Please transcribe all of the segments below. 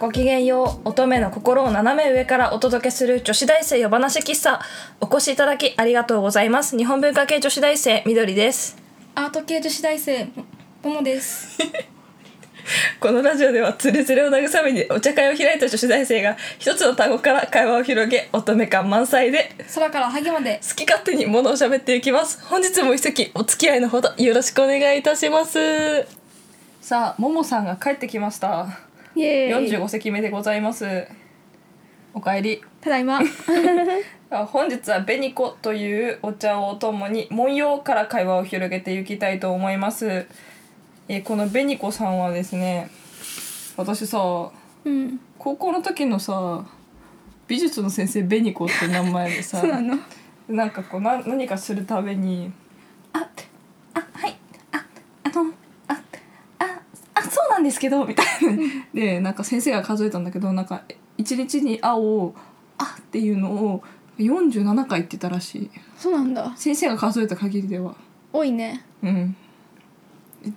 ごきげんよう乙女の心を斜め上からお届けする女子大生夜話喫茶お越しいただきありがとうございます日本文化系女子大生みどりですアート系女子大生ももです。このラジオではつれつれを慰めにお茶会を開いた女子大生が一つの単語から会話を広げ乙女感満載で空からハゲまで。好き勝手に物を喋っていきます本日も一席お付き合いのほどよろしくお願いいたしますさあももさんが帰ってきましたイエ45席目でございますおかえりただいま。あ本日は紅子というお茶をともに文様から会話を広げていきたいと思いますえーこの紅子さんはですね私さうん。高校の時のさ美術の先生紅子って名前でさ そうなの。なんかこうな何かするためにあ、あ、はい。あ、あの、あ、あ、あ、そうなんですけど、みたい でなんか先生が数えたんだけどなんか1日に「青を「あ」っていうのを47回言ってたらしいな。そうなんだ。先生が数えた限りでは多いね。うん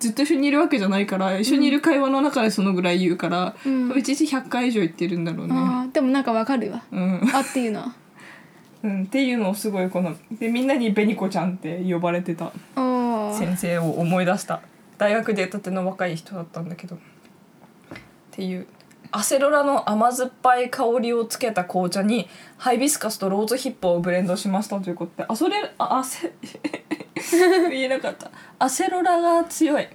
ずっと一緒にいるわけじゃないから一緒にいる会話の中でそのぐらい言うから、うん一日100回以上言ってるんだろうねああ、でもなんかわかるわ。うん、あっていうのは。うん、っていうのをすごいこのでみんなに「紅子ちゃん」って呼ばれてた おお。先生を思い出した大学出たての若い人だったんだけどっていうアセロラの甘酸っぱい香りをつけた紅茶にハイビスカスとローズヒップをブレンドしましたということであそれあアセ 言えなかったアセロラが強い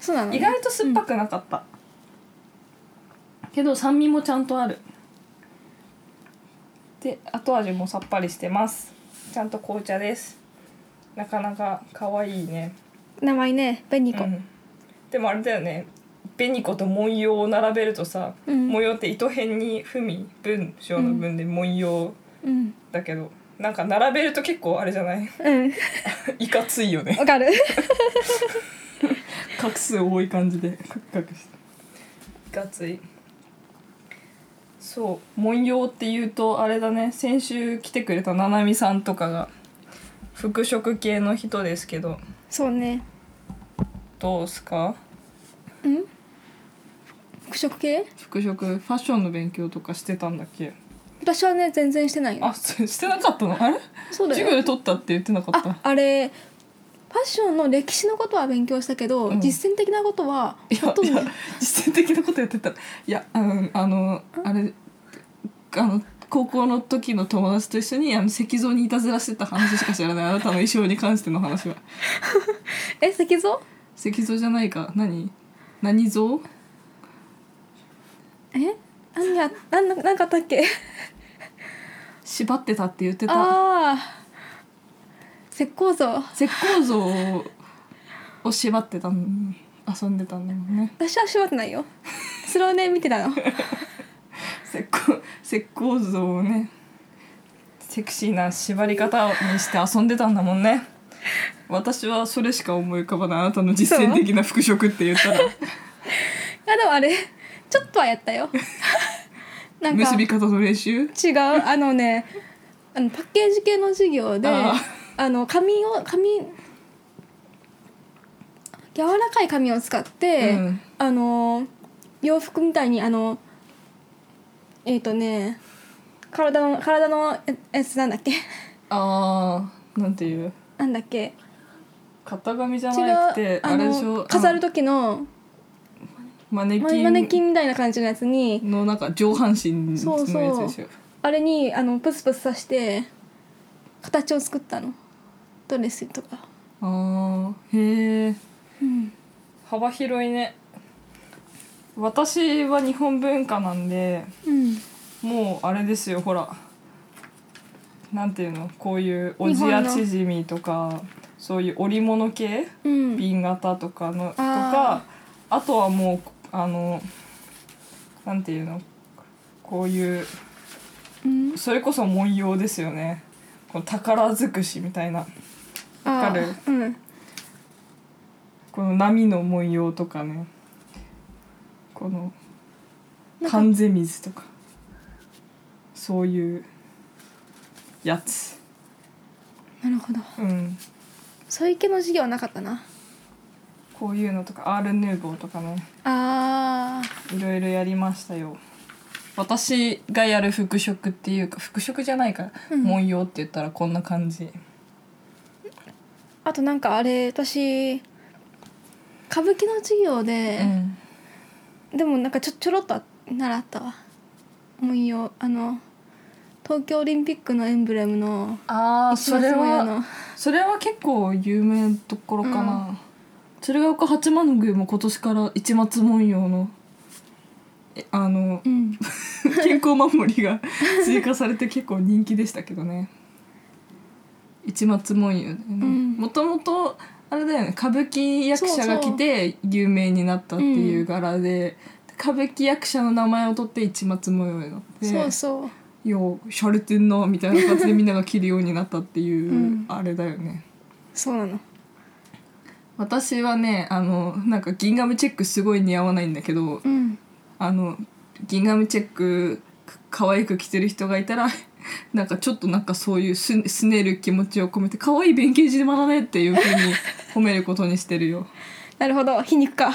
そうなのね。意外と酸っぱくなかった、けど酸味もちゃんとあるで後味もさっぱりしてますちゃんと紅茶ですなかなか可愛いね名前ね、ベニコ。うんでもあれだよね紅子と文様を並べるとさ、うん文様って糸辺に文文章の文で文様うん。だけど、なんか並べると結構あれじゃないうん。 いかついよねわかる。画数多い感じでカクカクしていかついそう文様っていうとあれだね先週来てくれたななみさんとかが服飾系の人ですけど そうね。どうすかうん。服飾系。服飾ファッションの勉強とかしてたんだっけ私はね、全然してないよあ、。そうしてなかったのあれそうだ授業よ。で取ったって言ってなかっあた、あれ。ファッションの歴史のことは勉強したけど、うん実践的なことはいほやとんいどや実践的なことやってたいやあのあのあれあの高校の時の友達と一緒にあの石像にいたずらしてた話しか知らないあな たの衣装に関しての話はえ石像石像じゃないか何何像え何やなんななんかあったっけ縛ってたって言ってたああ石膏像石膏像をを縛ってたん遊んでたんだもんね私は縛ってないよそれをね見 てたの石膏 石膏像をねセクシーな縛り方にして遊んでたんだもんね 私はそれしか思い浮かばないあなたの実践的な服飾って言ったらあでもあれちょっとはやった よ なんか結び方の練習違うあのねあのパッケージ系の授業でああーの紙を紙柔らかい紙を使って、うんあの洋服みたいにあのえっ、とね体の体のえやつなんだっけ あーなんていうなんだっけ型紙じゃ違なくうてああれでしょの飾ると時のマネマキンマネキンみたいな感じのやつにのなんか上半身のやつでしょそうそうあれにあのプスプス刺して形を作ったのドレスとか、あーへえうん、幅広いね私は日本文化なんでうんもうあれですよほらなんていうのこういうおじや日本の縮みとかそういう織物系うん瓶型とかのとかああとはもうあのなんていうのこういううんそれこそ文様ですよねこの宝尽くしみたいなわかるあーうんこの波の文様とかねこのなんか関ゼ水とかそういうやつ。なるほどうんそういう系の授業はなかったなこういうのとかアールヌーボーとかねあいろいろやりましたよ私がやる服飾っていうか服飾じゃないから、うん文様って言ったらこんな感じあとなんかあれ私歌舞伎の授業うで、んでもなんかちょちょろっと習ったわ文様あの東京オリンピックのエンブレムのああ一そ番れすごいあはのそれは結構有名なところかな、それが僕八幡宮も今年から市松文様のえあのうん 健康守りが追加されて結構人気でしたけどね市松文様だよねんもともとあれだよね歌舞伎役者が来て有名になったっていう柄で歌舞伎役者の名前を取って市松文様になってそうそうようしゃれてんなみたいな感じでみんなが着るようになったっていう、うんあれだよねそうなの私はねあのなんかギンガムチェックすごい似合わないんだけどうんあのギンガムチェックか可愛く着てる人がいたら なんかちょっとなんかそういうすすねる気持ちを込めて可愛い弁慶島だねっていう ふうに褒めることにしてるよなるほど皮 肉か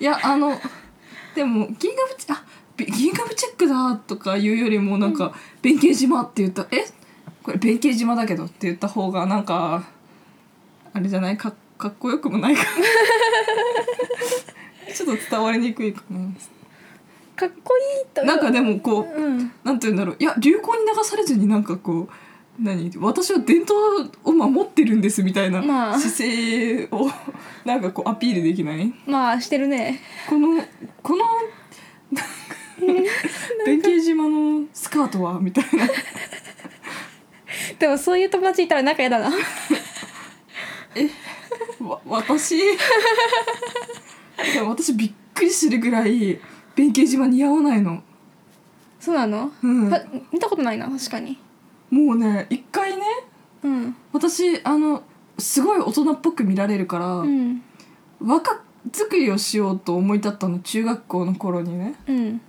いやあのでもギンガムチェあべギンガムチェックだとか言うよりもなんか「弁慶島」って言ったら「えこれ弁慶島だけど」って言った方がなんかあれじゃないかかっこよくもない かなちょっと伝わりにくいかなかっこいいとなんかでもこううんなんて言うんだろういや流行に流されずになんかこう何私は伝統を守ってるんですみたいなまあ姿勢を なんかこうアピールできないまあしてるねこのこのなんか弁慶島のスカートはみたいなでもそういう友達いたら仲嫌だなわ 私いや私びっくりするぐらい弁慶島似合わないの、そうなの、うん、は見たことないな確かにもうね一回ねうん私あのすごい大人っぽく見られるから、うん若作りをしようと思い立ったの中学校の頃にね、うん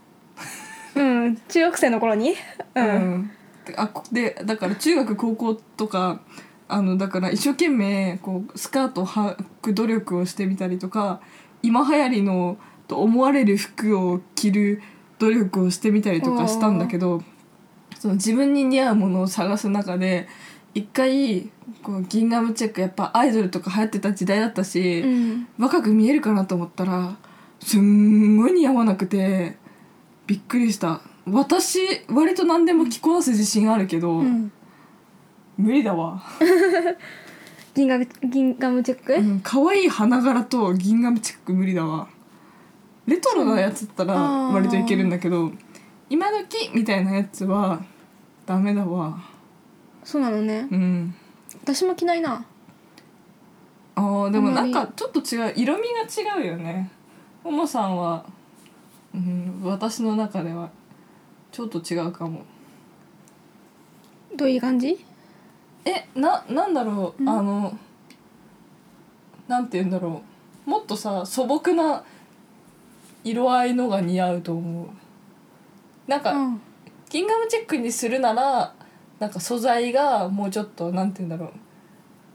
うん中学生の頃にうんであこでだから中学高校とかあのだから一生懸命こうスカートをはく努力をしてみたりとか今流行りのと思われる服を着る努力をしてみたりとかしたんだけどその自分に似合うものを探す中で一回こうギンガムチェックやっぱアイドルとか流行ってた時代だったし。うん若く見えるかなと思ったらすんごい似合わなくてびっくりした私割と何でも着こなす自信あるけど、うん無理だわ、銀河銀河ムチェック、うん、可愛い花柄と銀河ムチェック無理だわレトロなやつだったらそう割といけるんだけど今時みたいなやつはダメだわそうなのねうん私も着ないなあーでもあなんんまりかちょっと違う色味が違うよねももさんは、うん、私の中ではちょっと違うかもどういう感じえななんだろう、うんあのなんて言うんだろうもっとさ素朴な色合いのが似合うと思うなんか、うんギンガムチェックにするならなんか素材がもうちょっとなんて言うんだろう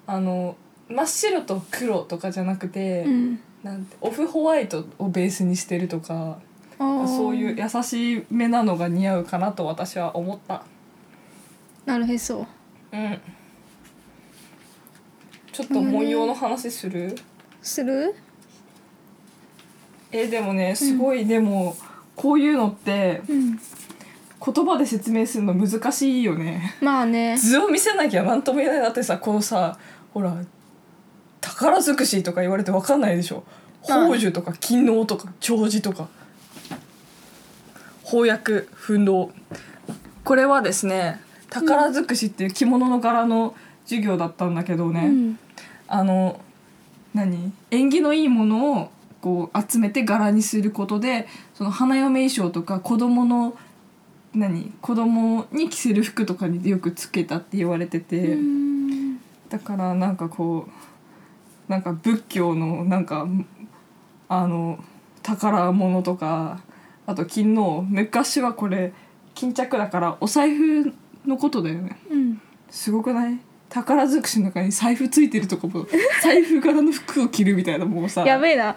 あの真っ白と黒とかじゃなくて、うんなんてオフホワイトをベースにしてるとかあーそういう優しい目なのが似合うかなと私は思ったなるへそうんちょっと文様の話する、するえでもねすごい、でもこういうのってうん言葉で説明するの難しいよねまあね図を見せなきゃ何とも言えないだってさこのさほら宝尽くしとか言われて分かんないでしょはい宝珠とか金能とか長寿とか翻訳奮闘これはですね宝尽くしっていう着物の柄の授業だったんだけどね、うんあの何縁起のいいものをこう集めて柄にすることでその花嫁衣装とか子供の何子供に着せる服とかによくつけたって言われてて、うんだからなんかこうなんか仏教のなんかあの宝物とかあと金の昔はこれ巾着だからお財布のことだよね。うんすごくない宝尽くしの中に財布ついてるとかも財布柄の服を着るみたいなもうさやべえな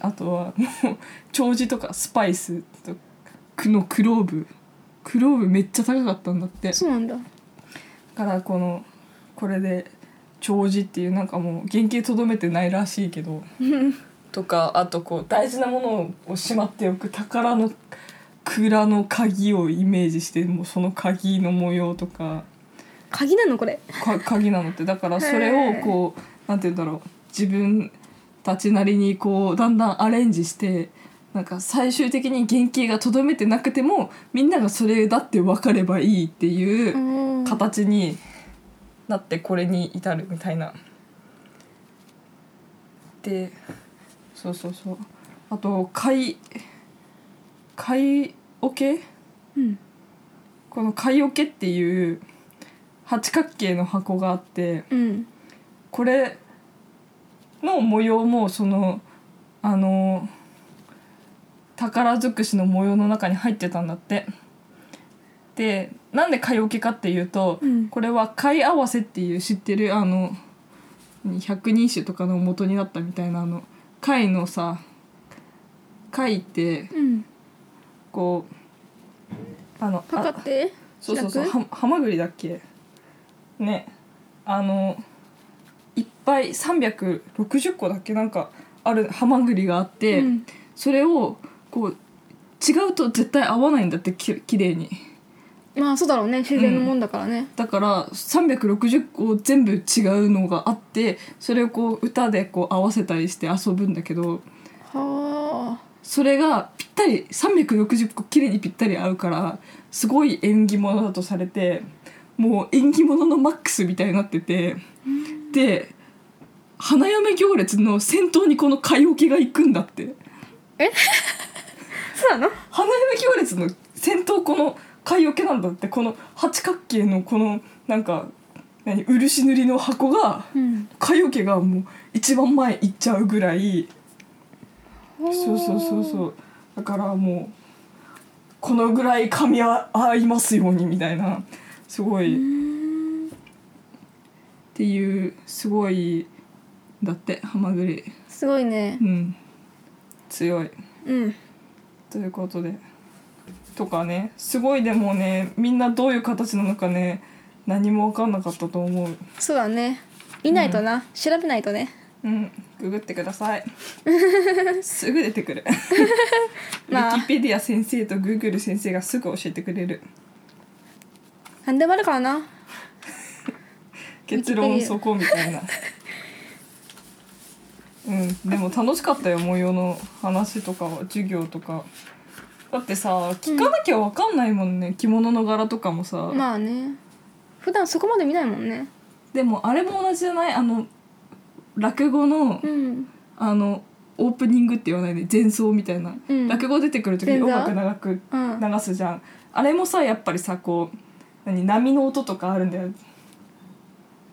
あとはもう長寿とかスパイスとくのクローブクローブめっちゃ高かったんだってそうなんだだからこのこれで長寿っていうなんかもう原型とどめてないらしいけどとかあとこう大事なものをしまっておく宝の蔵の鍵をイメージしてもうその鍵の模様とか鍵なのこれか鍵なのってだからそれをこうなんて言うんだろう自分たちなりにこうだんだんアレンジしてなんか最終的に原型がとどめてなくてもみんながそれだって分かればいいっていううん形になってこれに至るみたいな。でそうそうそうあと貝貝桶うんこの貝桶っていう八角形の箱があってうんこれの模様もそのあの宝尽くしの模様の中に入ってたんだって。でなんで貝桶かっていうと、うんこれは貝合わせっていう知ってるあの百人一首とかの元になったみたいなあの貝のさ貝ってうんこうあのパカってそうそうそう開くはハマグリだっけねあのいっぱい360個だっけなんかあるハマグリがあって、うんそれをこう違うと絶対合わないんだってききれいにまあそうだろうね自然のもんだからねだから360個全部違うのがあってそれをこう歌でこう合わせたりして遊ぶんだけどはあそれがぴったり360個きれいにぴったり合うからすごい縁起物だとされてもう縁起物のマックスみたいになっててで花嫁行列の先頭にこの買い置きが行くんだってそうなの花嫁行列の先頭この買い置きなんだってこの八角形のこのなんか何漆塗りの箱がうん買い置きがもう一番前行っちゃうぐらいそうそうそううそうだからもうこのぐらい噛み合合いますようにみたいなすごい、っていうすごいだってハマグリすごいねうん強いうんということでとかねすごいでもねみんなどういう形なのかね何も分かんなかったと思うそうだね見ないとな調べないとねうんググってくださ いすぐ出てくる ウまあィキペディア先生とグーグル先生がすぐ教えてくれる何でもあるからな結論そこみ たいなうんでも楽しかったよ模様の話とかは授業とかだってさ聞かなきゃ分かんないもんね、着物の柄とかもさ、まあね普段そこまで見ないもんねでもあれも同じじゃないあの落語のうんあのオープニングって言わないで前奏みたいな、うん落語出てくる時に音楽前座長くう ん流すじゃん、あれもさやっぱりさこう何波の音とかあるんだよ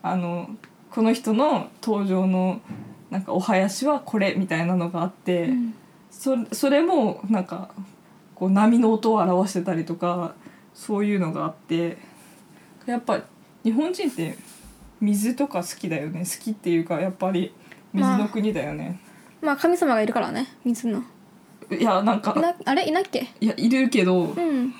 あのこの人の登場のなんかお囃子はこれみたいなのがあって、うんそそれもなんかこう波の音を表してたりとかそういうのがあってやっぱ日本人って水とか好きだよね好きっていうかやっぱり水の国だよね、まあ神様がいるからね水のいやなんかなあれいなっけいやいるけど、うん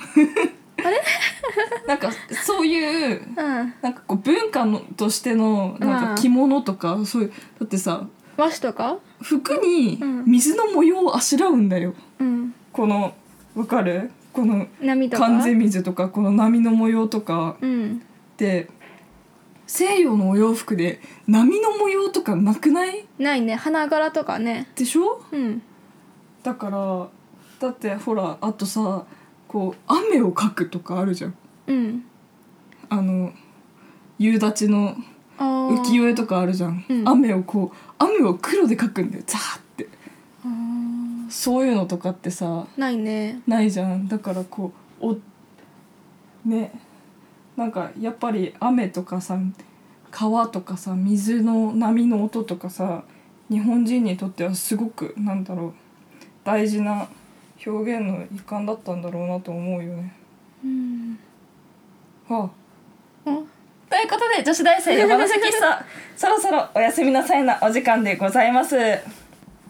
なんかそういううんなんかこう文化のとしてのなんうかん着物とか、そういうだってさ和紙とか服にうん水の模様をあしらうんだようんこのわかるこの波とか関税水とかこの波の模様とかうんって西洋のお洋服で波の模様とかなくないないね花柄とかねでしょうんだからだってほらあとさこう雨を描くとかあるじゃんうんあの夕立のあー浮世絵とかあるじゃん、うん雨をこう雨を黒で描くんだよザーってあーそういうのとかってさないねないじゃんだからこうおねなんかやっぱり雨とかさ川とかさ水の波の音とかさ日本人にとってはすごくなんだろう大事な表現の一環だったんだろうなと思うよね。うんはああということで女 子大生山田喫茶そろそろおやすみなさいなお時間でございます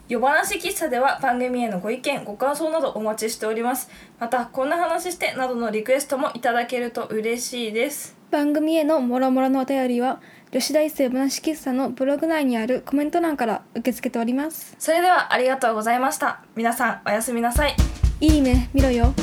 夜話喫茶では番組へのご意見ご感想などお待ちしておりますまたこんな話してなどのリクエストもいただけると嬉しいです番組へのもろもろのお便りは女子大生話喫茶のブログ内にあるコメント欄から受け付けておりますそれではありがとうございました皆さんおやすみなさいいいね見ろよ